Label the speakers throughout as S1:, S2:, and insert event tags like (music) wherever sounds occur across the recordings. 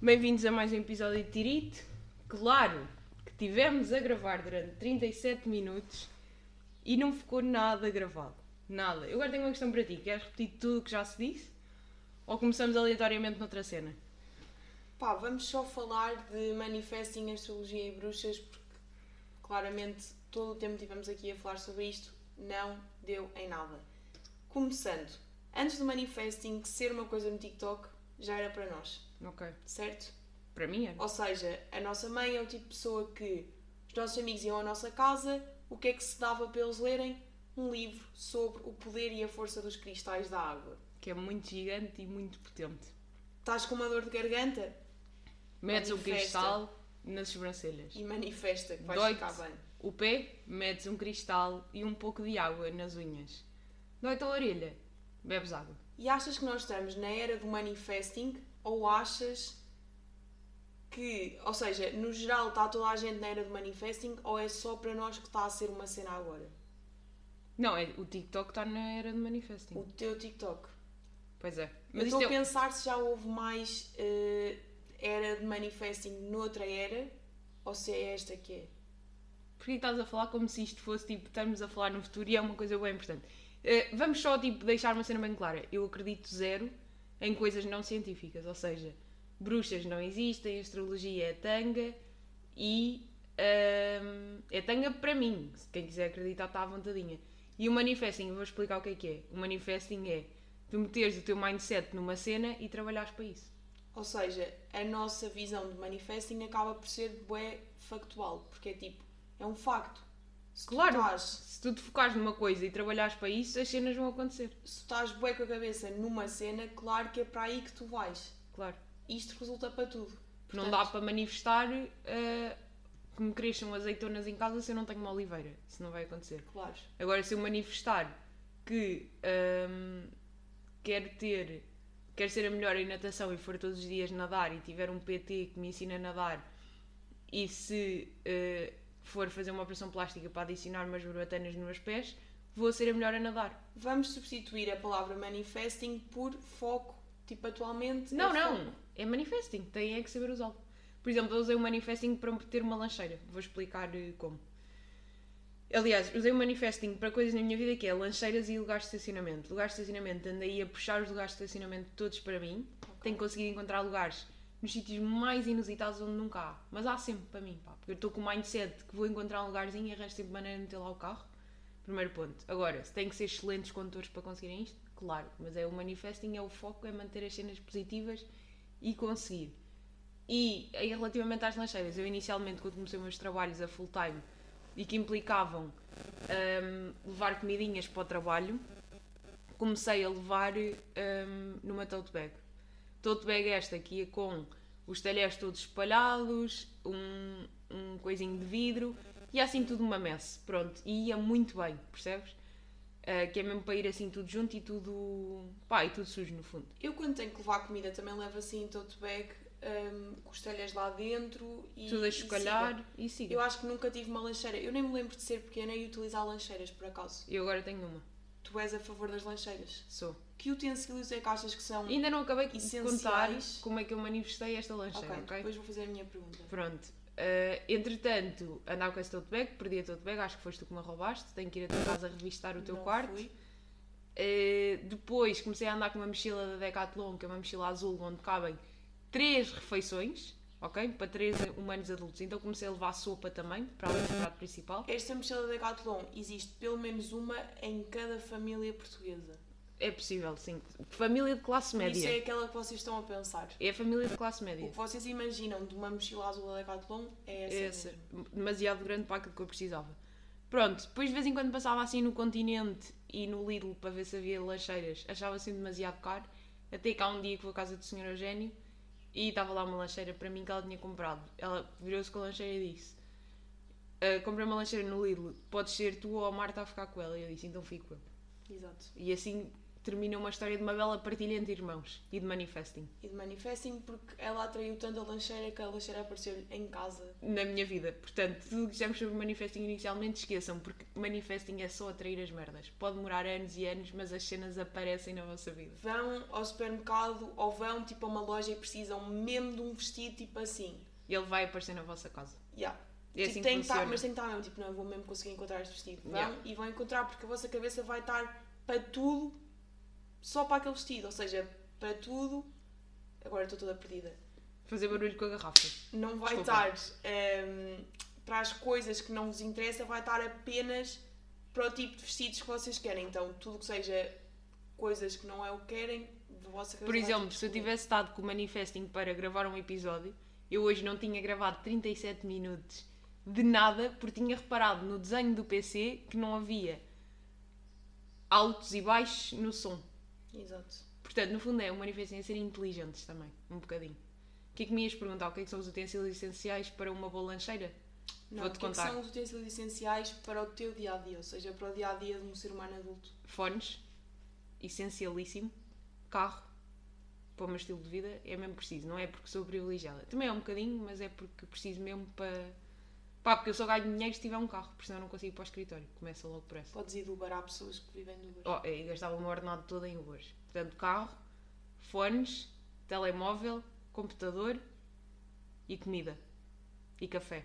S1: Bem-vindos a mais um episódio de Tirite. Claro que tivemos a gravar durante 37 minutos e não ficou nada gravado. Nada. Eu agora tenho uma questão para ti. Queres repetir tudo o que já se disse? Ou começamos aleatoriamente noutra cena?
S2: Pá, vamos só falar de manifesto em astrologia e bruxas, porque claramente todo o tempo que tivemos aqui a falar sobre isto não deu em nada. Começando, antes do manifesting ser uma coisa no TikTok, já era para nós,
S1: Ok.
S2: certo?
S1: Para mim é.
S2: Ou seja, a nossa mãe é o tipo de pessoa que os nossos amigos iam à nossa casa, o que é que se dava para eles lerem? Um livro sobre o poder e a força dos cristais da água.
S1: Que é muito gigante e muito potente.
S2: Estás com uma dor de garganta?
S1: Medes um
S2: Manifesta.
S1: cristal nas sobrancelhas.
S2: E manifesta que vais
S1: Dói-te.
S2: ficar bem.
S1: O pé, medes um cristal e um pouco de água nas unhas. Dói-te a orelha, bebes água.
S2: E achas que nós estamos na era do manifesting ou achas que, ou seja, no geral está toda a gente na era do manifesting ou é só para nós que está a ser uma cena agora?
S1: Não, é, o TikTok está na era de manifesting.
S2: O teu TikTok.
S1: Pois é.
S2: Eu
S1: Mas
S2: estou
S1: isto
S2: a
S1: é,
S2: pensar se já houve mais eh, era de manifesting noutra era ou se é esta que é.
S1: Porquê que estás a falar como se isto fosse tipo, estamos a falar no futuro e é uma coisa bem importante. Eh, vamos só tipo, deixar uma cena bem clara. Eu acredito zero em coisas não científicas, ou seja, bruxas não existem, astrologia é tanga e ahm, é tanga para mim. Se quem quiser acreditar está à vontadinha. E o manifesting, eu vou explicar o que é que é. O manifesting é tu meteres o teu mindset numa cena e trabalhares para isso.
S2: Ou seja, a nossa visão de manifesting acaba por ser bué factual, porque é tipo, é um facto. Se tu
S1: Claro.
S2: estás
S1: Se tu te focares numa coisa e trabalhares para isso, as cenas vão acontecer.
S2: se tu estás bué com a cabeça numa cena, claro que é para aí que tu vais.
S1: Claro.
S2: Isto resulta para tudo.
S1: não dá para manifestar eh, que me cresçam azeitonas em casa se eu não tenho uma oliveira. Isso não vai acontecer.
S2: Claro.
S1: Agora, se eu manifestar que ahm, quero ter, quero ser a melhor em natação e for todos os dias nadar e tiver um PT que me ensina a nadar e se eh, for fazer uma operação plástica para adicionar umas barbatanas nos meus pés, vou ser a melhor a nadar.
S2: Vamos substituir a palavra manifesting por foco. Tipo, atualmente.
S1: Não,
S2: é
S1: não.
S2: foco.
S1: É manifesting. Tem é que saber usá-lo. Por exemplo, eu usei o manifesting para ter uma lancheira. Vou explicar eh, como. Aliás, usei o manifesting para coisas na minha vida que é lancheiras e lugares de estacionamento. Lugares de estacionamento, andei a puxar os lugares de estacionamento todos para mim. Tenho conseguido encontrar lugares nos sítios mais inusitados onde nunca há. Mas há sempre para mim, pá. Porque eu estou com o mindset que vou encontrar um lugarzinho e arranjo sempre maneira de meter lá o carro. Primeiro ponto. Agora, se têm que ser excelentes condutores para conseguirem isto, claro. Mas é o manifesting, é o foco, é manter as cenas positivas e conseguir. E em relativamente às lancheiras, eu inicialmente, quando comecei os meus trabalhos a full time e que implicavam hum, levar comidinhas para o trabalho, comecei a levar hum, numa tote bag. Tote bag esta que ia com os talheres todos espalhados, um, um coisinho de vidro e assim tudo uma messe. Pronto, e ia muito bem, percebes? Ah, que é mesmo para ir assim tudo junto e tudo. pá, e tudo sujo no fundo.
S2: Eu, quando tenho que levar comida, também levo assim tote bag, hum, com as telhas lá dentro e.
S1: tudo a
S2: e
S1: chocalhar
S2: siga.
S1: e siga.
S2: Eu acho que nunca tive uma lancheira. Eu nem me lembro de ser pequena e utilizar lancheiras, por acaso.
S1: Eu agora tenho uma.
S2: Tu és a favor das lancheiras.
S1: Sou.
S2: Que utensílios é que achas que são.
S1: Ainda não acabei de
S2: Essenciais.
S1: contar como é que eu manifestei esta
S2: ok,
S1: lancheira, ok?
S2: depois vou fazer a minha pergunta.
S1: Pronto. Ah, entretanto, andava com esse tote bag, perdi a tote bag, acho que foste tu que me roubaste. Tenho que ir a tua casa revistar o teu
S2: Não
S1: quarto.
S2: fui.
S1: Uh, depois comecei a andar com uma mochila da Decathlon, que é uma mochila azul onde cabem três refeições, ok? Para três humanos adultos. Então comecei a levar sopa também, para além do prato principal.
S2: Esta mochila da Decathlon existe pelo menos uma em cada família portuguesa.
S1: É possível, sim. Família de classe
S2: Por Isso é
S1: média.
S2: aquela que vocês estão a pensar.
S1: É a família de classe
S2: O
S1: média.
S2: que vocês imaginam de uma mochila azul da Decathlon é essa.
S1: Essa,
S2: mesmo.
S1: demasiado grande para aquilo que eu precisava. Pronto, depois de vez em quando passava assim no continente e no Lidl para ver se havia lancheiras, achava assim demasiado caro. Até que há um dia que vou à casa do Sr. Eugénio e estava lá uma lancheira para mim que ela tinha comprado. Ela virou-se com a lancheira e disse: "Ah, Comprei uma lancheira no Lidl, podes ser tu ou a Marta a ficar com ela. E eu disse: Então fico eu.
S2: Exato.
S1: E assim termina uma história de uma bela partilha entre irmãos e de manifesting.
S2: E de manifesting porque ela atraiu tanto a lancheira que a lancheira apareceu-lhe em casa.
S1: Na minha vida. Portanto, tudo o que dissemos sobre manifesting inicialmente esqueçam, porque manifesting é só atrair as merdas. Pode demorar anos e anos, mas as cenas aparecem na vossa vida.
S2: Vão ao supermercado ou vão tipo a uma loja e precisam mesmo de um vestido tipo assim.
S1: Ele vai aparecer na vossa casa.
S2: Yeah.
S1: É assim
S2: tipo,
S1: que
S2: tem que estar,
S1: funciona.
S2: mas tem que estar mesmo, tipo, não, eu vou mesmo conseguir encontrar este vestido. Vão
S1: Yeah.
S2: e vão encontrar porque a vossa cabeça vai estar para tudo, só para aquele vestido. Ou seja, para tudo. Agora estou toda perdida.
S1: Fazer barulho com a garrafa.
S2: Não vai
S1: Desculpa.
S2: estar ehm, para as coisas que não vos interessa, vai estar apenas para o tipo de vestidos que vocês querem. Então, tudo que seja coisas que não é o que querem, da vossa cabeça.
S1: Por
S2: vai
S1: exemplo,
S2: ter
S1: se eu
S2: que escolher.
S1: tivesse estado com o manifesting para gravar um episódio, eu hoje não tinha gravado 37 minutos de nada, porque tinha reparado no desenho do PC que não havia altos e baixos no som.
S2: Exato.
S1: Portanto, no fundo é o manifesting é ser inteligentes também, um bocadinho. O que é que me ias perguntar? O que é que são os utensílios essenciais para uma boa lancheira?
S2: Não,
S1: Vou-te
S2: o que é que
S1: contar.
S2: são os utensílios essenciais para o teu dia a dia, ou seja, para o dia a dia de um ser humano adulto.
S1: Fones, essencialíssimo. Carro, para o meu estilo de vida, é mesmo preciso. Não é porque sou privilegiada. Também é um bocadinho, mas é porque preciso mesmo para. Pá, porque eu só ganho dinheiro se tiver um carro, porque senão não consigo ir para o escritório. Começa logo por essa.
S2: Podes ir do Uber, há pessoas que vivem do Uber.
S1: Oh, eu gastava o meu ordenado todo em Uber. Portanto, carro, fones, telemóvel, computador e comida. E café.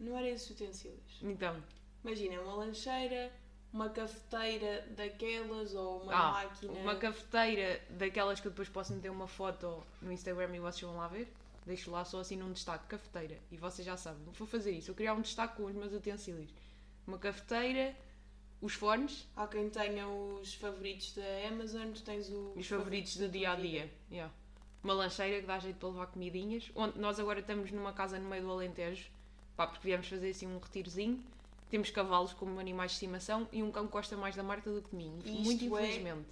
S2: Não eram esses utensílios.
S1: Então,
S2: Imagina, uma lancheira, uma cafeteira daquelas ou uma
S1: ah,
S2: máquina.
S1: uma cafeteira daquelas que eu depois posso meter uma foto no Instagram e vocês vão lá ver. Deixo lá só assim num destaque, cafeteira. E vocês já sabem, vou fazer isso. Eu criar um destaque com os meus utensílios. Uma cafeteira, os fones
S2: Há quem tenha os favoritos da Amazon, tu tens o-
S1: e os favoritos do
S2: da
S1: dia a
S2: tua vida.
S1: dia. Yeah. Uma lancheira que dá jeito para levar comidinhas. Onde nós agora estamos numa casa no meio do Alentejo, pá, porque viemos fazer assim um retirozinho. Temos cavalos como animais de estimação e um cão que gosta mais da Marta do que de mim.
S2: Isto
S1: Muito
S2: é
S1: infelizmente.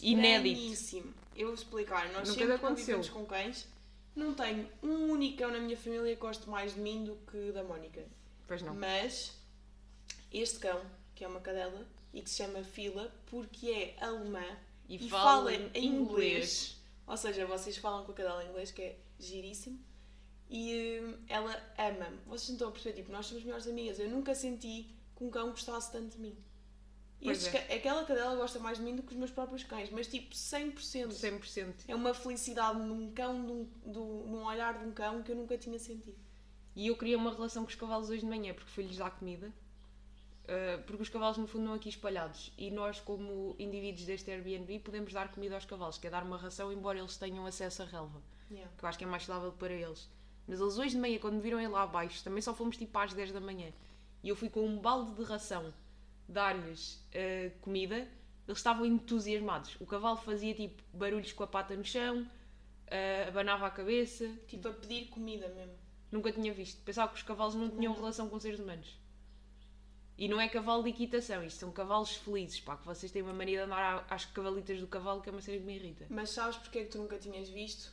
S1: Inédito.
S2: Estranhíssimo. Eu vou explicar. Nós
S1: Nunca
S2: sempre
S1: aconteceu.
S2: convivemos com cães. Não tenho um único na minha família que goste mais de mim do que da Mónica.
S1: Pois não.
S2: Mas este cão, que é uma cadela e que se chama Fila, porque é alemã
S1: E
S2: e,
S1: fala
S2: fala em
S1: em
S2: inglês.
S1: inglês.
S2: Ou seja, vocês falam com a cadela em inglês, que é giríssimo. E hum, ela ama-me. Vocês não estão a perceber, tipo, nós somos melhores amigas. Eu nunca senti que um cão gostasse tanto de mim.
S1: Pois
S2: Estes
S1: é.
S2: ca- Aquela cadela gosta mais de mim do que os meus próprios cães, mas tipo 100%.
S1: 100%.
S2: É uma felicidade num cão, num, do- num olhar de um cão que eu nunca tinha sentido.
S1: E eu criei uma relação com os cavalos hoje de manhã, porque fui-lhes dar comida. Uh, porque os cavalos, no fundo, não aqui espalhados. E nós, como indivíduos deste Airbnb, podemos dar comida aos cavalos, que é dar uma ração, embora eles tenham acesso à relva,
S2: Yeah.
S1: que eu acho que é mais saudável para eles. Mas eles hoje de manhã, quando viram ir lá abaixo, também só fomos tipo às 10 da manhã, e eu fui com um balde de ração dar-lhes uh, comida, eles estavam entusiasmados. O cavalo fazia tipo barulhos com a pata no chão, uh, abanava a cabeça,
S2: Tipo, a pedir comida mesmo.
S1: Nunca tinha visto. Pensava que os cavalos não tinham relação com seres humanos. E não é cavalo de equitação, isto são cavalos felizes, pá, que vocês têm uma mania de andar à- às cavalitas do cavalo, que é uma cena que me irrita.
S2: Mas sabes porque é que tu nunca tinhas visto?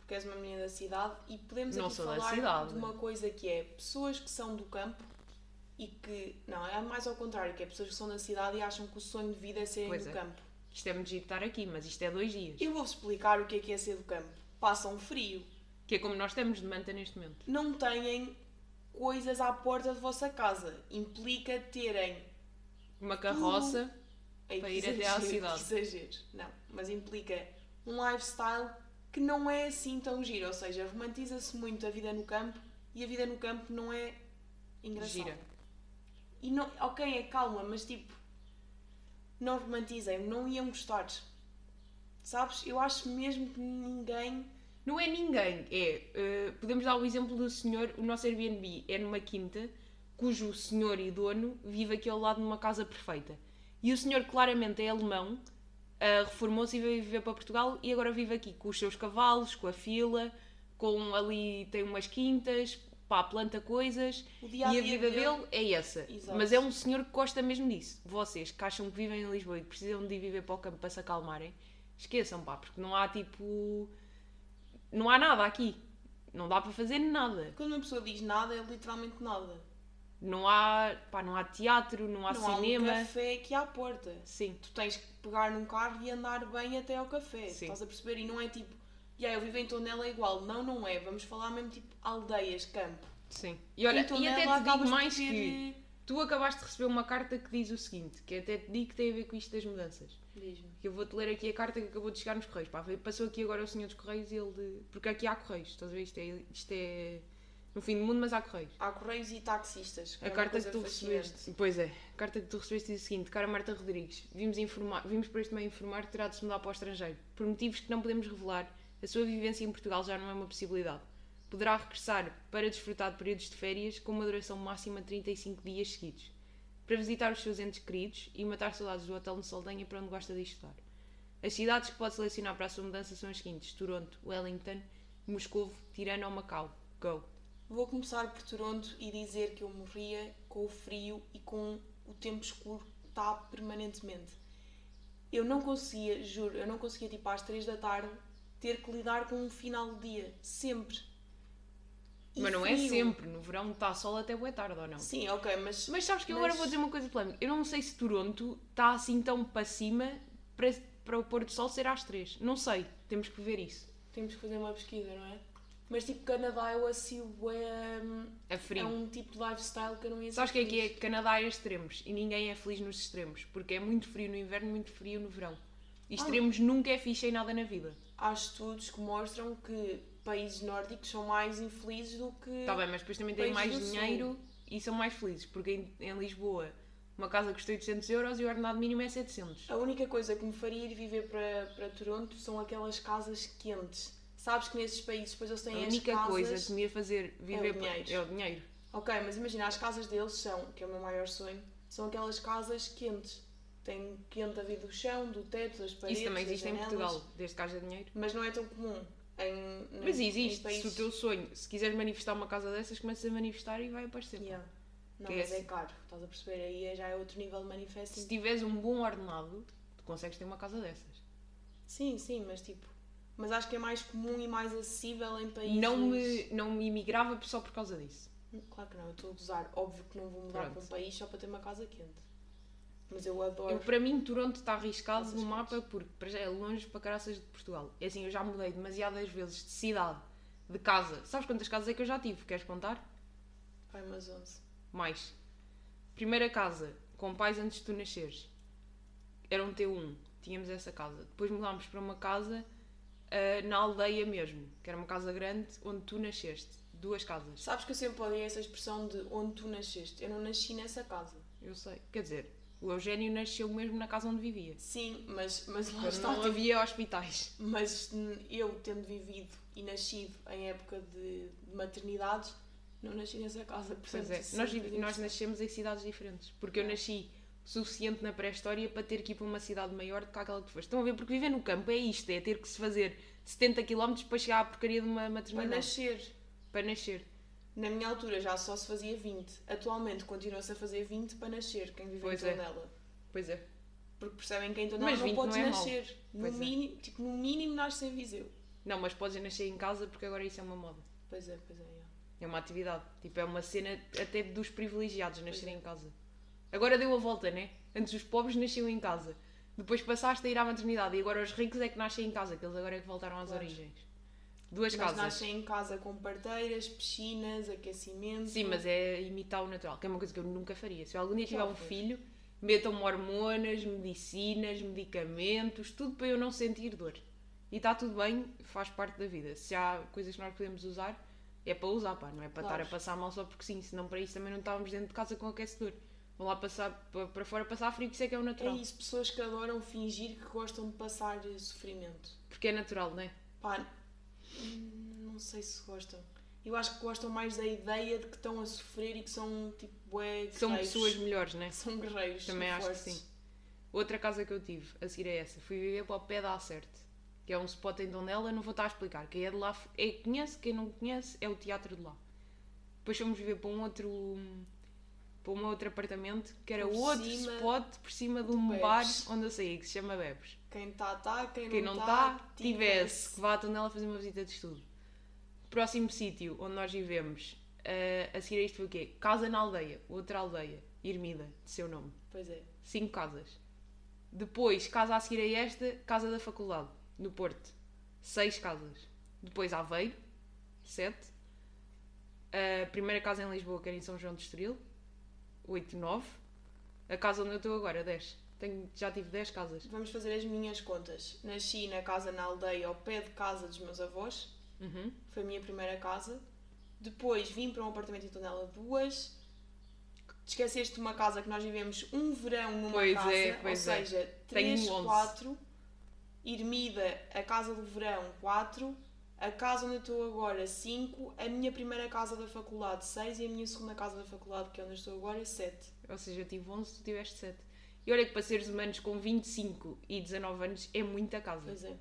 S2: Porque és uma menina da cidade e podemos
S1: Não
S2: aqui
S1: sou da
S2: falar
S1: cidade.
S2: de uma coisa que é pessoas que são do campo e que. Não, é mais ao contrário, que é pessoas que são da cidade e acham que o sonho de vida é serem
S1: Pois
S2: do
S1: é.
S2: campo.
S1: Isto é muito giro estar aqui, mas isto é dois dias.
S2: Eu vou-vos explicar o que é que é ser do campo. Passam frio,
S1: Que é como nós estamos de manta neste momento.
S2: não têm coisas à porta de vossa casa. Implica terem
S1: Uma carroça,
S2: Ei,
S1: Para
S2: que
S1: ir até à
S2: exagero, que
S1: cidade.
S2: Exagero, não. Mas implica um lifestyle que não é assim tão giro. Ou seja, romantiza-se muito a vida no campo e a vida no campo não é engraçada.
S1: gira.
S2: E não, ok, é calma, mas tipo, não romantizem, não iam gostar. Sabes? Eu acho mesmo que ninguém.
S1: Não é ninguém, é. uh, podemos dar o exemplo do senhor, o nosso Airbnb é numa quinta, cujo senhor e dono vive aqui ao lado numa casa perfeita. E o senhor claramente é alemão, uh, reformou-se e veio viver para Portugal e agora vive aqui com os seus cavalos, com a fila, com ali tem umas quintas, pá, planta coisas.
S2: O
S1: E
S2: dia
S1: a
S2: a
S1: vida
S2: dia
S1: dele é essa.
S2: Exato.
S1: Mas é um senhor que gosta mesmo disso. Vocês que acham que vivem em Lisboa e que precisam de ir viver para o campo para se acalmarem, esqueçam, pá, porque não há tipo. Não há nada aqui. Não dá para fazer nada.
S2: Quando uma pessoa diz nada, é literalmente nada.
S1: Não há, pá, não há teatro, não há
S2: não
S1: cinema.
S2: há um café aqui à porta.
S1: Sim,
S2: Tu tens que pegar num carro e andar bem até ao café.
S1: Sim.
S2: Estás a perceber? E não é tipo, yeah, eu vivo em Tondela é igual. Não, não é. Vamos falar mesmo tipo aldeias, campo.
S1: sim. E olha, e
S2: Em Tondela
S1: até te digo
S2: Então, né, acabas
S1: mais
S2: por
S1: que
S2: ter, eh,
S1: tu acabaste de receber uma carta que diz o seguinte, que até te digo que tem a ver com isto das mudanças.
S2: eh, diz-me.
S1: Eu vou-te ler aqui a carta que acabou de chegar nos Correios. Pá, veio- passou aqui agora o senhor dos Correios e ele. Porque aqui há Correios, estás a ver? Isto é, isto é no fim do mundo, mas há Correios.
S2: Há correios e taxistas. que
S1: A
S2: é uma
S1: carta
S2: coisa
S1: que tu
S2: fascinante.
S1: recebeste. Pois é, a carta que tu recebeste diz o seguinte: Cara Marta Rodrigues, vimos, informar, vimos por este meio informar que terá de se mudar para o estrangeiro. Por motivos que não podemos revelar, a sua vivência em Portugal já não é uma possibilidade. Poderá regressar para desfrutar de períodos de férias com uma duração máxima de 35 dias seguidos, para visitar os seus entes queridos e matar saudades do hotel no Saldanha para onde gosta de estudar. As cidades que pode selecionar para a sua mudança são as seguintes: Toronto, Wellington, Moscovo, Tirana ou Macau. Go!
S2: Vou começar por Toronto e dizer que eu morria com o frio e com o tempo escuro que está permanentemente. Eu não conseguia, juro, eu não conseguia, tipo, às 3 da tarde, ter que lidar com um final de dia. Sempre. E
S1: Mas não é
S2: frio.
S1: sempre, no verão está sol até boa tarde ou não?
S2: Sim, ok, mas.
S1: Mas sabes que eu agora
S2: Mas-
S1: vou dizer uma coisa polémica. Eu não sei se Toronto está assim tão para cima para, para o pôr do sol ser às três. Não sei. Temos que ver isso.
S2: Temos que fazer uma pesquisa, não é? Mas, tipo, Canadá eu associo é,
S1: É
S2: é
S1: frio.
S2: um tipo de lifestyle que eu não ia
S1: Sabes que
S2: ser
S1: aqui é
S2: feliz.
S1: que Canadá é extremos e ninguém é feliz nos extremos. Porque é muito frio no inverno e muito frio no verão.
S2: Ah.
S1: E extremos nunca é fixe em nada na vida.
S2: Há estudos que mostram que países nórdicos são mais infelizes do que.
S1: Está Tá bem, mas depois também têm
S2: Países
S1: mais
S2: do Sul.
S1: dinheiro e são mais felizes. Porque em, em Lisboa uma casa custa 800 euros e o ordenado mínimo é 700.
S2: A única coisa que me faria ir viver para, para Toronto são aquelas casas quentes. Sabes que nesses países depois eles
S1: A
S2: têm as
S1: única
S2: casas...
S1: coisa que me ia fazer viver para-
S2: dinheiro.
S1: é o dinheiro.
S2: Ok, mas imagina, as casas deles são, que é o meu maior sonho, são aquelas casas quentes. Tem quente a vir do chão, do teto, das paredes,
S1: Isso também
S2: das
S1: existe em
S2: janelas.
S1: Portugal, desde que haja dinheiro.
S2: Mas não é tão comum em
S1: Mas
S2: em- em
S1: existe, se o
S2: países-
S1: teu sonho, se quiseres manifestar uma casa dessas, começas a manifestar e vai aparecer.
S2: Yeah. Não,
S1: Que é
S2: mas é
S1: assim.
S2: caro, estás a perceber? Aí é- já é outro nível de manifesting.
S1: Se tiveres um bom ordenado, tu consegues ter uma casa dessas.
S2: Sim, sim, mas tipo... Mas acho que é mais comum e mais acessível em países...
S1: Não me, não me imigrava só por causa disso.
S2: Claro que não, eu estou a gozar. Óbvio que não vou mudar
S1: Pronto.
S2: para um país só para ter uma casa quente. Mas eu
S1: Eu,
S2: adoro.
S1: para mim, Toronto está arriscado
S2: Essas
S1: no mapa porque para já é longe para caraças de Portugal. É assim, eu já mudei demasiadas vezes de cidade, de casa. Sabes quantas casas é que eu já tive? Queres contar?
S2: Ai, mas 11.
S1: Mais. Primeira casa, com pais antes de tu nasceres. Era um T1, tínhamos essa casa. Depois mudámos para uma casa ah, na aldeia mesmo, que era uma casa grande onde tu nasceste. Duas casas.
S2: Sabes que eu sempre odiei essa expressão de onde tu nasceste. Eu não nasci nessa casa.
S1: Eu sei. Quer dizer, o Eugénio nasceu mesmo na casa onde vivia.
S2: Sim, mas, mas lá
S1: Quando
S2: está.
S1: não havia hospitais.
S2: Mas hum, eu, tendo vivido e nascido em época de de maternidades, não nasci nessa casa. Portanto,
S1: Pois é,
S2: isso
S1: nós,
S2: sempre
S1: vive-
S2: digo-
S1: nós nascemos em cidades diferentes. Porque eu
S2: É.
S1: nasci suficiente na pré-história para ter que ir para uma cidade maior do que aquela que foste. Estão a ver? Porque viver no campo é isto, é ter que se fazer 70 km para chegar à porcaria de uma
S2: Para
S1: maternidade.
S2: nascer.
S1: Para nascer.
S2: Na minha altura já só se fazia 20. Atualmente continua-se a fazer 20 para nascer, quem vive
S1: Pois
S2: em
S1: é.
S2: Tondela.
S1: Pois é.
S2: Porque percebem que em Tondela
S1: Mas
S2: não
S1: 20
S2: podes
S1: não é mau.
S2: nascer. No
S1: Pois é.
S2: mínimo, tipo, no mínimo nasce em Viseu.
S1: Não, mas podes nascer em casa porque agora isso é uma moda.
S2: Pois é, pois é. é.
S1: É uma atividade. Tipo, é uma cena até dos privilegiados nascer
S2: é.
S1: em casa. Agora deu a volta, né? Antes os pobres nasciam em casa. Depois passaste a ir à maternidade e agora os ricos é que nascem em casa, que eles agora é que voltaram às
S2: Claro.
S1: origens. Duas
S2: Mas
S1: casas.
S2: nascem em casa com parteiras, piscinas, aquecimento.
S1: Sim, mas é imitar o natural, que é uma coisa que eu nunca faria. Se eu algum dia
S2: Que
S1: tiver um
S2: horror.
S1: filho, metam-me hormonas, medicinas, medicamentos, tudo para eu não sentir dor. E está tudo bem, faz parte da vida. Se há coisas que nós podemos usar, é para usar, pá, não é para
S2: Claro.
S1: estar a passar mal só porque sim, senão para isso também não estávamos dentro de casa com aquecedor. Vão lá passar pa- para fora passar frio, que isso é que é o
S2: É
S1: natural.
S2: isso, pessoas que adoram fingir que gostam de passar eh, sofrimento.
S1: Porque é natural, não é?
S2: Pá, hum, não sei se gostam. Eu acho que gostam mais da ideia de que estão a sofrer e que são tipo bué
S1: São
S2: guerreiros. (laughs)
S1: pessoas melhores, não é?
S2: São guerreiros. são
S1: Também acho que
S2: fortes.
S1: sim. Outra casa que eu tive, a seguir a essa, fui viver para o pé da Acerte, que é um spot em Tondela, não vou estar a explicar. Quem é de lá é, que conhece, quem não conhece é o teatro de lá. Depois fomos viver para um outro para um outro apartamento, que era
S2: Por
S1: outro
S2: cima
S1: spot por cima de
S2: do
S1: um bar
S2: Bebes.
S1: onde eu saí, que se chama Bebes.
S2: Quem está, está. Quem, tá,
S1: Quem não está, tivesse que
S2: tivesse.
S1: vá a Tondela fazer uma visita de estudo. Próximo sítio onde nós vivemos Ah, a seguir a isto foi o quê? Casa na aldeia, outra aldeia, Irmida, de seu nome.
S2: Pois é.
S1: Cinco casas. Depois, casa a seguir a esta, casa da faculdade, no Porto. Seis casas. Depois Aveiro, sete. A primeira casa em Lisboa, que era em São João de Estoril, oito, nove. A casa onde eu estou agora, dez. Tenho, já tive dez casas.
S2: Vamos fazer as minhas contas. Nasci na casa na aldeia, ao pé de casa dos meus avós.
S1: Uhum.
S2: Foi a minha primeira casa. Depois vim para um apartamento em Tondela duas. Esqueceste de uma casa que nós vivemos um verão numa
S1: Pois
S2: casa,
S1: é, pois
S2: ou
S1: é.
S2: seja,
S1: Tenho
S2: três,
S1: onze.
S2: quatro. Irmida, a casa do verão, quatro. A casa onde eu estou agora, cinco. A minha primeira casa da faculdade, seis. E a minha segunda casa da faculdade, que é onde eu estou agora, sete.
S1: Ou seja, eu tive 11, tu tiveste 7. E olha que para seres humanos com 25 e 19 anos é muita casa.
S2: Pois é.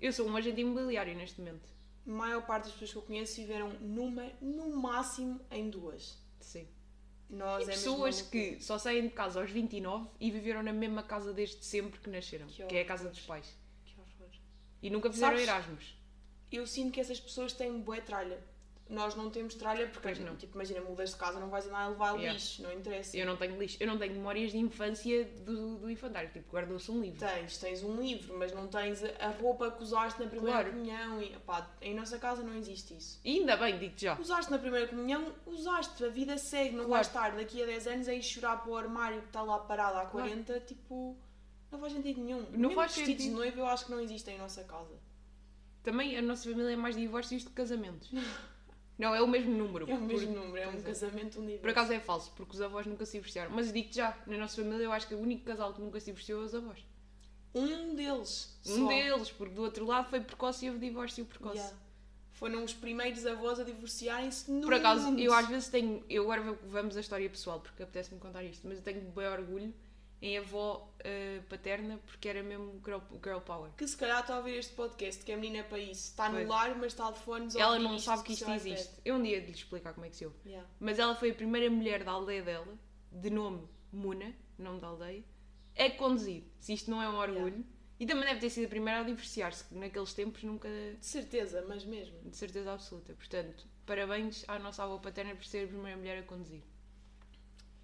S1: Eu sou um agente imobiliário neste momento.
S2: A maior parte das pessoas que eu conheço viveram numa, no máximo em duas.
S1: Sim.
S2: Nós
S1: E
S2: é mesmo
S1: pessoas
S2: uma
S1: que só saem de casa aos 29 e viveram na mesma casa desde sempre que nasceram,
S2: Que
S1: que, é a casa dos pais.
S2: loucura. Que horror.
S1: E nunca fizeram
S2: Sabes-
S1: Erasmus.
S2: Eu sinto que essas pessoas têm bué tralha. Nós não temos tralha porque,
S1: Pois não.
S2: tipo, imagina, mudas de casa, não vais andar a levar
S1: Yeah.
S2: lixo, não interessa.
S1: Eu não tenho lixo, eu não tenho memórias de infância do, do infantário, tipo, guardou-se um livro.
S2: Tens, tens um livro, mas não tens a roupa que usaste na primeira
S1: Claro.
S2: comunhão. E, pá, em nossa casa não existe isso.
S1: E ainda bem, digo-te já.
S2: Usaste na primeira comunhão, usaste, a vida segue, não
S1: Claro.
S2: vais estar daqui a 10 anos a ir chorar para o armário que está lá parado há 40, tipo, não faz sentido nenhum. Não Mesmo
S1: faz
S2: vestidos de
S1: sentido.
S2: noiva eu acho que não existem em nossa casa.
S1: Também a nossa família é mais divórcios do que casamentos.
S2: (laughs)
S1: Não, é o mesmo número.
S2: É o
S1: por-
S2: mesmo número, é um
S1: pois é.
S2: casamento unido.
S1: Por acaso é falso, porque os avós nunca se divorciaram. Mas digo-te já, na nossa família eu acho que o único casal que nunca se divorciou é os avós.
S2: Um deles.
S1: Um
S2: só.
S1: deles, porque do outro lado foi precoce e houve divórcio precoce.
S2: Yeah. Foram os primeiros avós a divorciarem-se no
S1: Por acaso,
S2: mundo.
S1: eu às vezes tenho. Eu agora vou- vamos à história pessoal, porque apetece-me contar isto, mas eu tenho bem orgulho em avó eh, paterna, porque era mesmo girl, girl power.
S2: Que se calhar está a ouvir este podcast, que a menina é para isso. Está no
S1: Pois.
S2: lar, mas está de fones. a
S1: Ela
S2: ouvir
S1: não sabe
S2: com
S1: que
S2: o
S1: isto
S2: seu iPad.
S1: existe. Eu um dia de lhe explicar como é que se ouve.
S2: Yeah.
S1: Mas ela foi a primeira mulher da aldeia dela, de nome Muna, nome da aldeia, a conduzir. Se isto não é um orgulho. E também deve ter sido a primeira a divorciar-se, que naqueles tempos nunca.
S2: De certeza, mas mesmo.
S1: de certeza absoluta. Portanto, parabéns à nossa avó paterna por ser a primeira mulher a conduzir.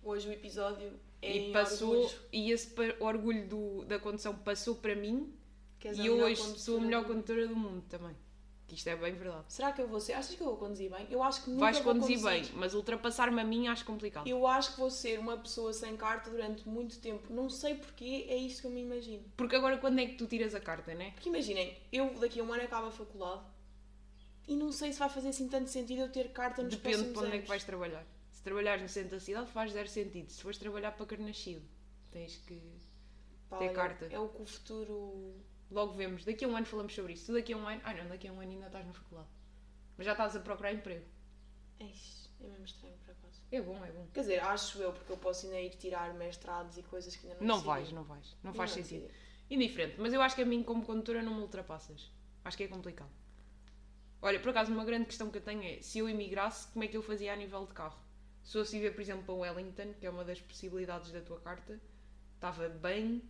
S2: Hoje o episódio é
S1: e
S2: em
S1: passou.
S2: orgulho.
S1: E esse pa- orgulho do- da condução passou para mim
S2: Que és a
S1: e eu
S2: melhor
S1: hoje sou a
S2: condutora
S1: melhor
S2: do-
S1: condutora do mundo também. Que isto é bem verdade.
S2: Será que eu vou ser? Achas que eu vou conduzir bem? Eu acho que nunca
S1: Vais
S2: vou
S1: conduzir, bem, mas ultrapassar-me a mim acho complicado.
S2: Eu acho que vou ser uma pessoa sem carta durante muito tempo. Não sei porquê, é isto que eu me imagino.
S1: Porque agora quando é que tu tiras a carta, né?
S2: Porque imaginem, eu daqui a um ano acabo a faculdade e não sei se vai fazer assim tanto sentido eu ter carta nos
S1: Depende de
S2: próximos
S1: onde é
S2: anos.
S1: que vais trabalhar. Se trabalhares no centro da cidade faz zero sentido. Se fores trabalhar para Carnaxide, tens que.
S2: Pá,
S1: ter
S2: olha,
S1: carta.
S2: É o que o futuro.
S1: Logo vemos. Daqui a um ano falamos sobre isso. Tu daqui a um ano. Ah não, daqui a um ano ainda estás na faculdade. Mas já estás a procurar emprego.
S2: Eish, é mesmo estranho por acaso.
S1: É bom, é bom.
S2: Quer dizer, acho eu, porque eu posso ainda ir tirar mestrados e coisas que ainda não
S1: Não
S2: decidi.
S1: vais, não vais. Não faz
S2: não
S1: sentido.
S2: decidi.
S1: Indiferente. Mas eu acho que a mim, como condutora, não me ultrapassas. Acho que é complicado. Olha, por acaso, uma grande questão que eu tenho é se eu emigrasse, como é que eu fazia a nível de carro? Se eu fosse ver, por exemplo, para Wellington, que é uma das possibilidades da tua carta, estava bem,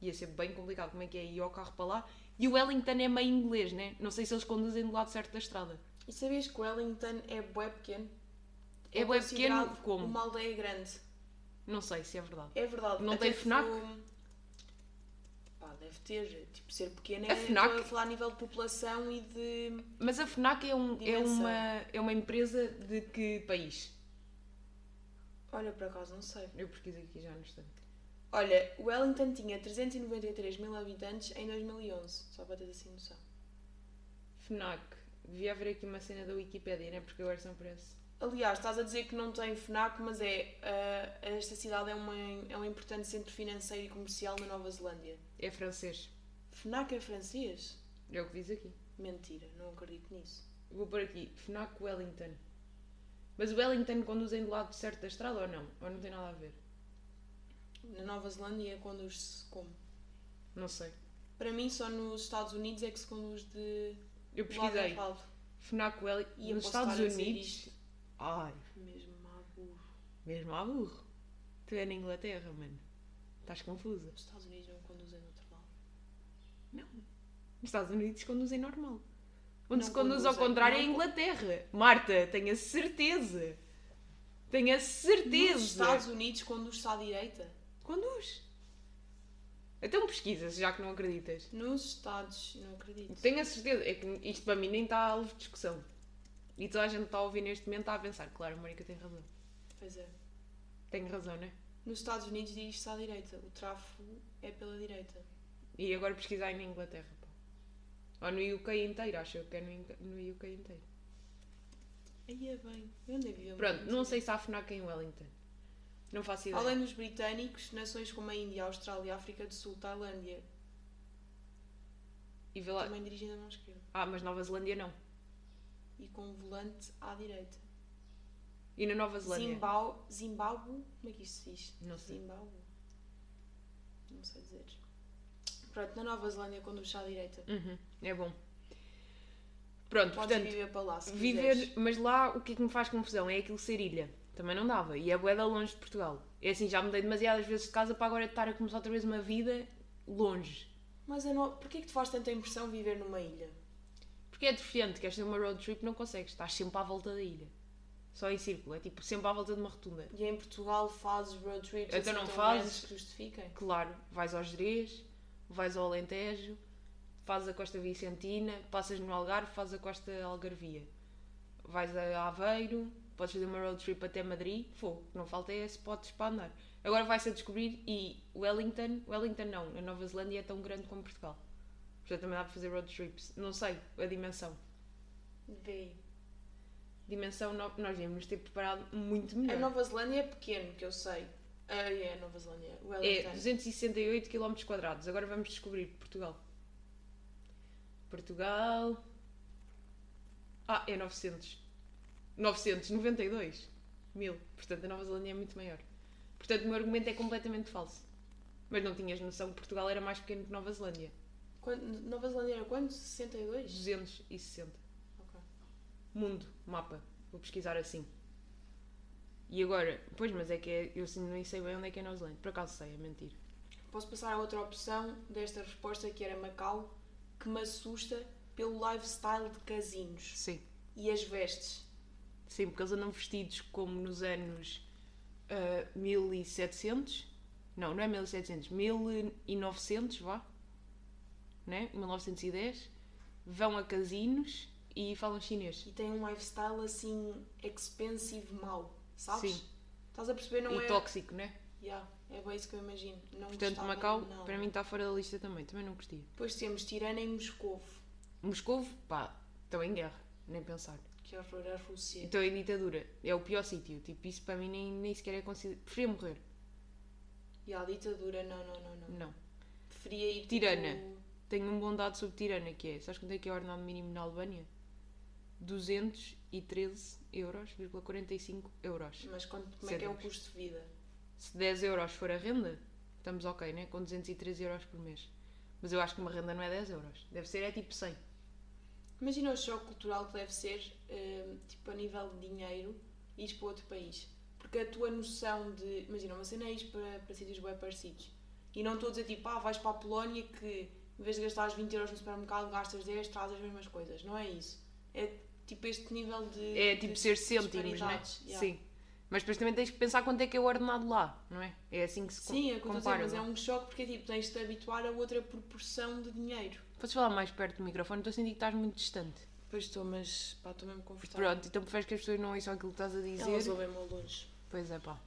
S1: ia ser bem complicado. Como é que é ir ao carro para lá? E o Wellington é meio inglês, né? Não sei se eles conduzem do lado certo da estrada.
S2: E sabias que Wellington é bué pequeno?
S1: É bué
S2: considerado
S1: pequeno como?
S2: Uma aldeia grande.
S1: Não sei se é verdade.
S2: É verdade.
S1: Não
S2: até
S1: tem
S2: fui-
S1: FNAC?
S2: Pá, deve ter. Tipo, ser pequena
S1: A
S2: é.
S1: FNAC?
S2: Estou a falar a nível de população e de.
S1: Mas a FNAC é, um- é
S2: Dimensão.
S1: uma, é uma empresa de que país?
S2: Olha, por acaso, não sei.
S1: Eu pesquiso aqui já no instante.
S2: Olha, Wellington tinha 393 mil habitantes em 2011, só para teres assim noção.
S1: FNAC. Devia haver aqui uma cena da Wikipédia, né? Porque agora são preços.
S2: Aliás, estás a dizer que não tem FNAC, mas é. ah, esta cidade é, uma, é um importante centro financeiro e comercial na Nova Zelândia.
S1: É francês.
S2: FNAC é francês?
S1: É o que diz aqui.
S2: Mentira, não acredito nisso.
S1: Vou pôr aqui. FNAC Wellington. Mas o Wellington conduzem do lado certo da estrada ou não? Ou não tem nada a ver?
S2: Na Nova Zelândia é conduz-se como?
S1: Não sei.
S2: Para mim, só nos Estados Unidos é que se conduz de.
S1: Eu
S2: do lado
S1: pesquisei.
S2: errado.
S1: FNAC
S2: E eu
S1: Wellington. Nos
S2: posso estar
S1: Estados
S2: a dizer
S1: Unidos.
S2: isto.
S1: Ai,
S2: Mesmo à burro.
S1: mesmo à burro. Tu é na Inglaterra, mano. Estás confusa.
S2: Os Estados Unidos não conduzem do outro lado.
S1: Não. Nos Estados Unidos conduzem normal. Onde
S2: Não
S1: se conduz ao
S2: conduzem,
S1: contrário é
S2: não
S1: a Inglaterra. Marta, tenho a certeza. Tenho a certeza.
S2: Nos Estados Unidos conduz-se à direita.
S1: Conduz. Então pesquisa, já que não acreditas.
S2: Nos Estados, não acredito.
S1: Tenho a certeza. É que isto para mim nem está alvo de discussão. E toda a gente está a ouvir neste momento está a pensar. Claro, a Mónica tem razão.
S2: Pois é.
S1: Tenho razão, né?
S2: Nos Estados Unidos dirige-se à direita. O tráfego é pela direita.
S1: E agora pesquisar aí na Inglaterra, pá. Ou no UK inteiro, acho eu que é no, Inga- no UK inteiro.
S2: Aí é bem. Eu andei a viver
S1: Pronto,
S2: muito. assim.
S1: não sei se há FNAC em Wellington. Não faço ideia.
S2: Além dos britânicos, nações como a Índia, Austrália, África do Sul, Tailândia,
S1: E vê lá.
S2: também dirigindo a mão esquerda.
S1: Ah, mas Nova Zelândia não.
S2: E com o volante à direita.
S1: E na Nova Zelândia?
S2: Zimbau... Zimbabue? Como é que isto se diz?
S1: Não sei.
S2: Zimbabue? Não sei dizer. Pronto, na Nova Zelândia conduz à direita.
S1: Uhum, é bom. Pronto,
S2: Podes
S1: portanto,
S2: viver para lá se
S1: viver.
S2: quiseres.
S1: Mas lá o que é que me faz confusão é aquilo ser ilha. Também não dava. E é boeda longe de Portugal. É assim, já mudei demasiadas vezes de casa para agora estar a começar outra vez uma vida longe.
S2: Mas a no... porquê é que te faz tanta impressão viver numa ilha?
S1: Porque é deficiente, queres ter uma road trip, não consegues. Estás sempre à volta da ilha. Só em círculo. É tipo sempre à volta de uma rotunda.
S2: E em Portugal fazes road trips
S1: Então
S2: assim
S1: não
S2: tão
S1: fazes?
S2: grandes que justifiquem?
S1: Claro, vais ao Jerez, vais ao Alentejo, fazes a Costa Vicentina, passas no Algarve, fazes a Costa Algarvia. Vais a Aveiro, podes fazer uma road trip até Madrid, fogo, o que não falta é spots para andar. Agora vai-se a descobrir e Wellington, Wellington não, a Nova Zelândia é tão grande como Portugal. Portanto também dá para fazer road trips. Não sei a dimensão.
S2: Vê.
S1: Dimensão no- nós devíamos ter preparado muito
S2: A
S1: melhor.
S2: Nova Zelândia é pequeno, que eu sei. Ah, é a Nova Zelândia.
S1: É
S2: Wellington.
S1: 268 km quadrados. Agora vamos descobrir Portugal. Portugal. Ah, é 900. 992 mil. Portanto, a Nova Zelândia é muito maior. Portanto, o meu argumento é completamente falso. Mas não tinhas noção que Portugal era mais pequeno que Nova Zelândia.
S2: Quanto- Nova Zelândia era quanto? 62?
S1: 260.
S2: Ok.
S1: Mundo, mapa. Vou pesquisar assim. E agora, pois, mas é que é- eu assim, nem sei bem onde é que é Nova Zelândia. Por acaso sei, é mentira.
S2: Posso passar a outra opção desta resposta que era Macau, que me assusta pelo lifestyle de casinos
S1: Sim.
S2: e as vestes.
S1: Sim, porque eles andam vestidos como nos anos ah, 1700. Não, não é 1700, 1900, vá. Né? 1910. Vão a casinos e falam chinês.
S2: E tem um lifestyle assim expensive mau, sabes?
S1: Sim.
S2: Estás a perceber? Não
S1: e
S2: é. um
S1: tóxico, né?
S2: Yeah, é bem isso que eu imagino. Não
S1: Portanto,
S2: gostava,
S1: Macau,
S2: não.
S1: para mim, está fora da lista também. Também não gostei.
S2: Depois temos Tirana e Moscovo,
S1: Moscovo, pá, estão em guerra. Nem pensar.
S2: que é horror a Rússia.
S1: Estão em ditadura. É o pior sítio. Tipo, isso para mim nem, nem sequer é considerado. Preferia morrer.
S2: E a ditadura, não, não, não, não.
S1: Não.
S2: Preferia ir tipo,
S1: Tirana. Tenho um bom dado sobre Tirana, que é, sabes quanto é que é o ordenado mínimo na Albânia? 213 euros, 45 euros.
S2: Mas quanto, como é que é o
S1: Cêntimos.
S2: custo de vida?
S1: Se 10 euros for a renda, estamos ok, né? Com 213 euros por mês. Mas eu acho que uma renda não é 10 euros. Deve ser, é tipo 100.
S2: Imagina o choque cultural que deve ser, hum, tipo, a nível de dinheiro, ires para outro país. Porque a tua noção de. Imagina, uma cena é ires para, para sítios bem parecidos. E não estou a dizer tipo, ah, vais para a Polónia que em vez de gastares 20 euros no supermercado, gastas 10, traz as mesmas coisas. Não é isso. É tipo este nível de.
S1: É tipo
S2: de
S1: ser cêntimos, né?
S2: disparidades. Yeah.
S1: Sim. Mas depois também tens que pensar quanto é que é o ordenado lá, não é? É assim que se com-
S2: Sim, é o que eu estou a
S1: compara.
S2: dizer, mas é
S1: não é?
S2: um choque porque tipo, tens de te habituar a outra proporção de dinheiro.
S1: Podes falar mais perto do microfone? Estou a sentir que estás muito distante.
S2: Pois estou, mas pá, estou mesmo confortável.
S1: Pronto, então preferes que as pessoas não ouçam aquilo que estás a dizer?
S2: Elas ouvem-me ao longe.
S1: Pois é, pá.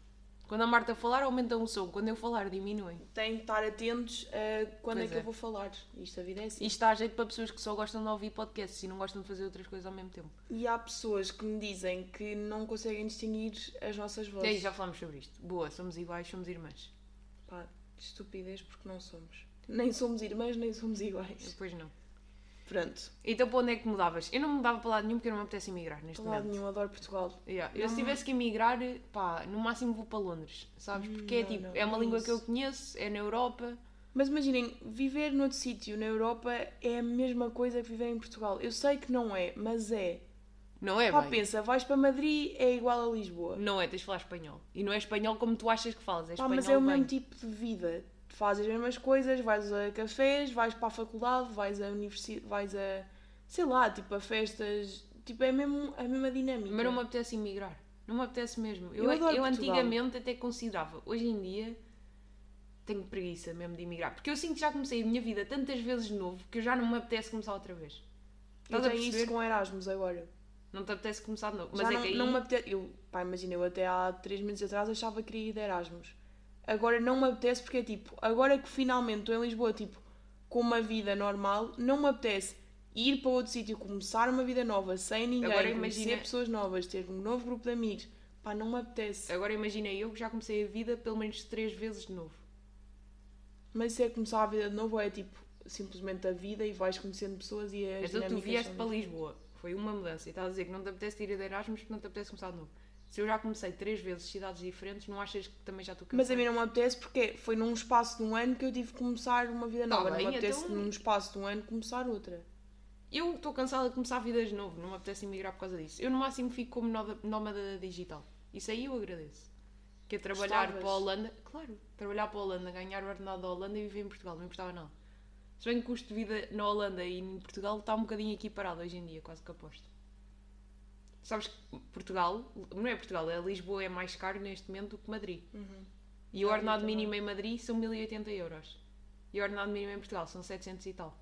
S1: Quando a Marta falar, aumentam o som. Quando eu falar, diminuem.
S2: têm de estar atentos a quando
S1: Pois
S2: é que
S1: é.
S2: eu vou falar. Isto a vida é assim.
S1: Isto está a jeito para pessoas que só gostam de ouvir podcasts e não gostam de fazer outras coisas ao mesmo tempo.
S2: E há pessoas que me dizem que não conseguem distinguir as nossas
S1: E aí,
S2: vozes.
S1: É, já falámos sobre isto. Boa, somos iguais, somos irmãs.
S2: Pá, estupidez porque não somos. Nem somos irmãs, nem somos iguais.
S1: Pois não.
S2: Pronto.
S1: Então, para onde é que mudavas? Eu não mudava para lado nenhum porque eu não me apetece emigrar neste
S2: De lado
S1: momento.
S2: nenhum, adoro Portugal.
S1: Yeah, Eu se tivesse que emigrar, pá, no máximo vou para Londres, sabes? Porque é
S2: não,
S1: tipo,
S2: não,
S1: é uma
S2: não é
S1: língua que eu
S2: isso.
S1: conheço, é na Europa.
S2: Mas imaginem, viver noutro sítio na Europa é a mesma coisa que viver em Portugal. Eu sei que não é, mas é.
S1: Não é
S2: Pá,
S1: bem.
S2: pensa, vais para Madrid, é igual a Lisboa.
S1: Não é, tens de falar espanhol. E não é espanhol como tu achas que falas, é
S2: Pá,
S1: espanhol
S2: mas é o
S1: bem.
S2: mesmo tipo de vida. Fazes as mesmas coisas, vais a cafés, vais para a faculdade, vais a universidade, vais a. sei lá, tipo a festas. Tipo, é mesmo a mesma dinâmica.
S1: Mas não me apetece emigrar. Não me apetece mesmo. Eu,
S2: Eu adoro
S1: eu
S2: Portugal.
S1: antigamente até considerava. Hoje em dia tenho preguiça mesmo de emigrar. Porque eu sinto que já comecei a minha vida tantas vezes de novo que eu já não me apetece começar outra vez.
S2: Eu
S1: Estás a
S2: tenho isso
S1: perceber?
S2: com Erasmus agora.
S1: Não te apetece começar de novo.
S2: Já
S1: Mas é
S2: não,
S1: que aí.
S2: não me apetece. Eu, pá, imagina, eu até há 3 minutos atrás achava que queria ir de Erasmus. Agora não me apetece porque é tipo, agora que finalmente estou em Lisboa, tipo, com uma vida normal, não me apetece ir para outro sítio, começar uma vida nova, sem ninguém,
S1: Agora
S2: conhecer
S1: imagina-
S2: pessoas novas, ter um novo grupo de amigos. Pá, não me apetece.
S1: Agora imagina eu que já comecei a vida pelo menos três vezes de novo.
S2: Mas se é começar a vida de novo, ou é tipo, simplesmente a vida e vais conhecendo pessoas e as
S1: Então tu
S2: dinâmicas
S1: vieste
S2: são
S1: para Lisboa, foi uma mudança, e estás a dizer que não te apetece ir a de Erasmus porque não te apetece começar de novo. Se eu já comecei três vezes cidades diferentes, não achas que também já estou
S2: Mas a
S1: cansada?
S2: mim não me apetece porque foi num espaço de um ano que eu tive que começar uma vida
S1: Tá
S2: nova.
S1: bem,
S2: não me apetece
S1: então-
S2: num espaço de um ano começar outra.
S1: Eu estou cansada de começar a vida de novo, não me apetece emigrar por causa disso. Eu no máximo fico como nóda- nómada digital. Isso aí eu agradeço. Que é trabalhar
S2: Gostavas?
S1: para a Holanda, claro, trabalhar para a Holanda, ganhar o ordenado da Holanda e viver em Portugal, não me importava nada. Se bem que o custo de vida na Holanda e em Portugal está um bocadinho equiparado hoje em dia, quase que aposto. Sabes que Portugal, não é Portugal, é Lisboa é mais caro neste momento do que Madrid. E o
S2: Ah, eu
S1: ordenado
S2: também.
S1: mínimo em Madrid são 1080 euros. E o ordenado mínimo em Portugal são 700 e tal.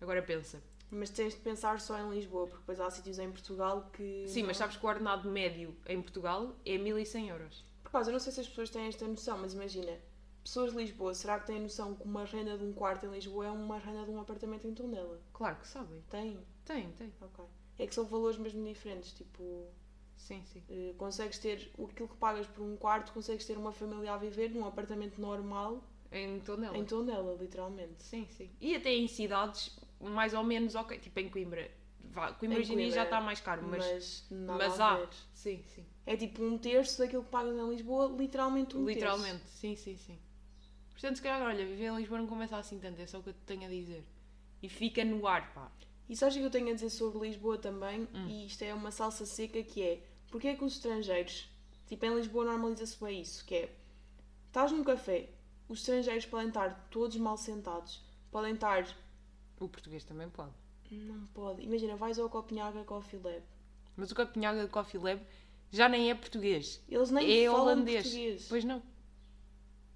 S1: Agora pensa,
S2: Mas tens de pensar só em Lisboa, porque depois há sítios em Portugal que.
S1: Sim,
S2: não-
S1: mas sabes que o ordenado médio em Portugal é 1100 euros.
S2: Por causa, eu não sei se as pessoas têm esta noção, mas imagina, pessoas de Lisboa, será que têm noção que uma renda de um quarto em Lisboa é uma renda de um apartamento em Tondela?
S1: Claro que sabem.
S2: Tem?
S1: Tem, tem.
S2: Ok. É que são valores mesmo diferentes, tipo.
S1: Sim, sim.
S2: eh, Consegues ter o- aquilo que pagas por um quarto, consegues ter uma família a viver num apartamento normal
S1: Em Tondela.
S2: em Tondela, literalmente.
S1: Sim, sim. E até em cidades mais ou menos ok. Tipo em Coimbra. Vá, Coimbra
S2: Em
S1: hoje em dia
S2: Coimbra,
S1: já está mais caro, mas...
S2: Mas, nada
S1: mas
S2: a
S1: há.
S2: ver.
S1: Sim, sim.
S2: É tipo um terço daquilo que pagas em Lisboa, literalmente um terço.
S1: Literalmente. Sim, sim, sim. Portanto, se calhar, olha, viver em Lisboa não começa assim tanto. É só o que eu te tenho a dizer. E fica no ar, pá.
S2: E sabes o que eu tenho a dizer sobre Lisboa também?
S1: Hum.
S2: E isto é uma salsa seca que é porque é que os estrangeiros, tipo em Lisboa normaliza-se bem isso, que é estás num café, os estrangeiros podem estar todos mal sentados, podem estar,
S1: O português também pode.
S2: não pode, imagina, vais ao Copenhaga Coffee Lab,
S1: Mas o Copenhaga Coffee Lab já nem é português.
S2: eles nem
S1: é
S2: falam
S1: holandês.
S2: português.
S1: Pois não.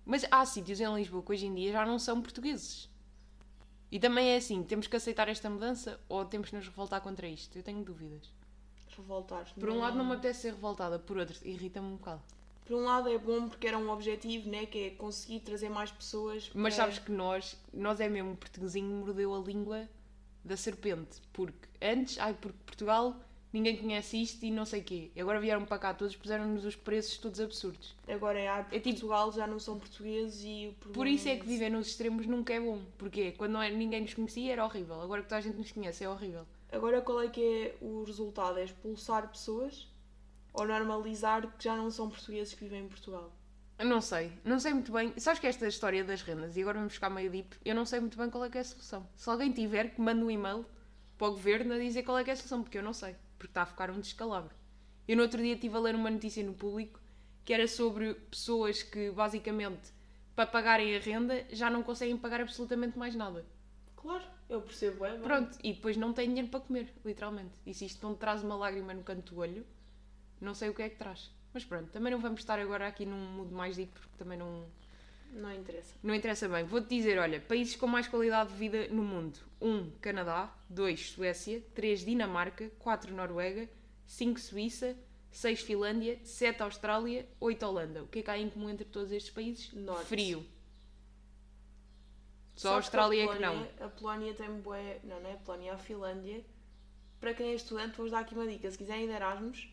S1: Mas há sítios em Lisboa que hoje em dia já não são portugueses. E também é assim, temos que aceitar esta mudança ou temos que nos revoltar contra isto? Eu tenho dúvidas.
S2: Revoltar.
S1: Por um lado não me apetece ser revoltada, por outro irrita-me um bocado.
S2: Por um lado é bom porque era um objetivo, né, que é conseguir trazer mais pessoas.
S1: Mas
S2: para-
S1: sabes que nós, nós é mesmo, o portuguesinho mordeu a língua da serpente. Porque antes, ai, porque Portugal, ninguém conhece isto e não sei quê. E agora vieram para cá todos, puseram-nos os preços todos absurdos.
S2: agora é, ah,
S1: É tipo-
S2: Portugal já não são portugueses e o
S1: Por
S2: problema
S1: isso é que
S2: esse.
S1: viver nos extremos nunca é bom. Porque quando não era- ninguém nos conhecia era horrível. Agora que toda a gente nos conhece é horrível.
S2: Agora qual é que é o resultado? É expulsar pessoas ou normalizar que já não são portugueses que vivem em Portugal?
S1: Eu não sei. Não sei muito bem. Sabes que esta história das rendas, e agora vamos ficar meio deep, eu não sei muito bem qual é que é a solução. Se alguém tiver, que mande um e-mail para o governo a dizer qual é que é a solução, porque eu não sei. Porque está a ficar um descalabro. Eu no outro dia estive a ler uma notícia no público que era sobre pessoas que basicamente para pagarem a renda já não conseguem pagar absolutamente mais nada.
S2: Claro, eu percebo, é bem.
S1: Pronto, e depois não tem dinheiro para comer, literalmente. E se isto não te traz uma lágrima no canto do olho, não sei o que é que traz. Mas pronto, também não vamos estar agora aqui num mundo mais deep, porque também não,
S2: Não interessa.
S1: não interessa bem. Vou-te dizer, olha, países com mais qualidade de vida no mundo. 1. Um, Canadá. 2. Suécia. 3. Dinamarca. 4. Noruega. 5. Suíça. 6. Finlândia. 7. Austrália. 8. Holanda. O que é que há em comum entre todos estes países?
S2: Norte.
S1: Frio. Só a
S2: Sabes que
S1: Austrália é que não.
S2: Polónia- A Polónia tem bué... Não, não é a Polónia, é a Finlândia. Para quem é estudante, vou-vos dar aqui uma dica. Se quiserem ir de Erasmus,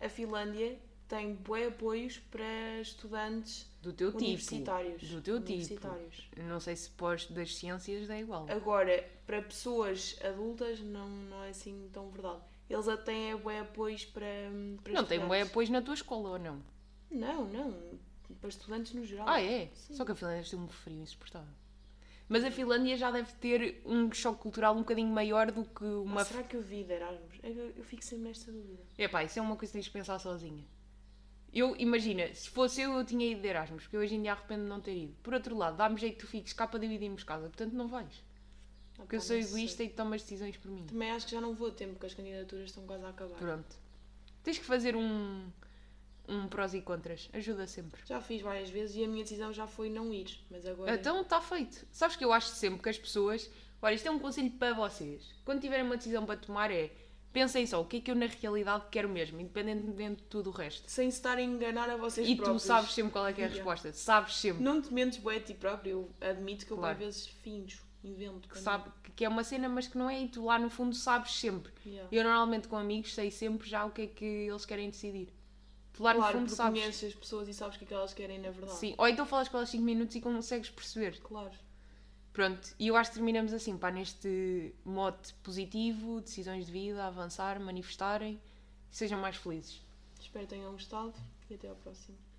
S2: a Finlândia tem bué apoios para estudantes
S1: Do teu
S2: universitários.
S1: tipo. Do teu tipo.
S2: universitários.
S1: Não sei se pós das ciências dá igual.
S2: Agora, para pessoas adultas não, não é assim tão verdade. Eles até têm é bué apoios para, para
S1: não tem bem
S2: estudantes.
S1: apoio na tua escola, ou não?
S2: Não, não. Para estudantes no geral.
S1: Ah, é? Só que a Finlândia deve ter um frio insuportável. Mas a Finlândia já deve ter um choque cultural um bocadinho maior do que
S2: Ah,
S1: uma.
S2: será que eu vi de Erasmus? É que Eu, eu fico sempre nesta dúvida.
S1: Epá, isso é uma coisa que tens de pensar sozinha. Eu, imagina, se fosse eu, eu tinha ido de Erasmus, porque eu hoje em dia arrependo de não ter ido. Por outro lado, dá-me jeito que tu fiques cá para dividirmos casa, portanto não vais.
S2: Ah,
S1: Porque eu
S2: pá,
S1: sou
S2: não sei.
S1: egoísta e tomo as decisões por mim.
S2: Também acho que já não vou a tempo, porque as candidaturas estão quase a acabar.
S1: Pronto. Tens que fazer um, um prós e contras. Ajuda sempre.
S2: Já fiz várias vezes e a minha decisão já foi não ir, mas agora.
S1: Então está feito. Sabes que eu acho sempre que as pessoas. Olha, isto é um conselho para vocês. Quando tiverem uma decisão para tomar, é pensem só o que é que eu na realidade quero mesmo, independentemente de tudo o resto.
S2: Sem se estar a enganar a vocês
S1: E tu
S2: próprios.
S1: sabes sempre qual é que é a
S2: (laughs) Yeah.
S1: resposta. Sabes sempre.
S2: Não te mentes bué a ti próprio. Eu admito que eu
S1: Claro.
S2: por vezes finjo, invento.
S1: que sabe que- que é uma cena, mas que não é, e tu lá no fundo sabes sempre.
S2: Yeah.
S1: Eu normalmente com amigos sei sempre já o que é que eles querem decidir. Tu lá
S2: Claro,
S1: no fundo
S2: porque
S1: sabes.
S2: conheces as pessoas e sabes o que é que elas querem na verdade.
S1: Sim. Ou então falas com elas 5 minutos e consegues perceber.
S2: Claro.
S1: Pronto, e eu acho que terminamos assim, pá, neste mote positivo, decisões de vida, avançar, manifestarem e sejam mais felizes.
S2: Espero que tenham gostado e até ao próximo.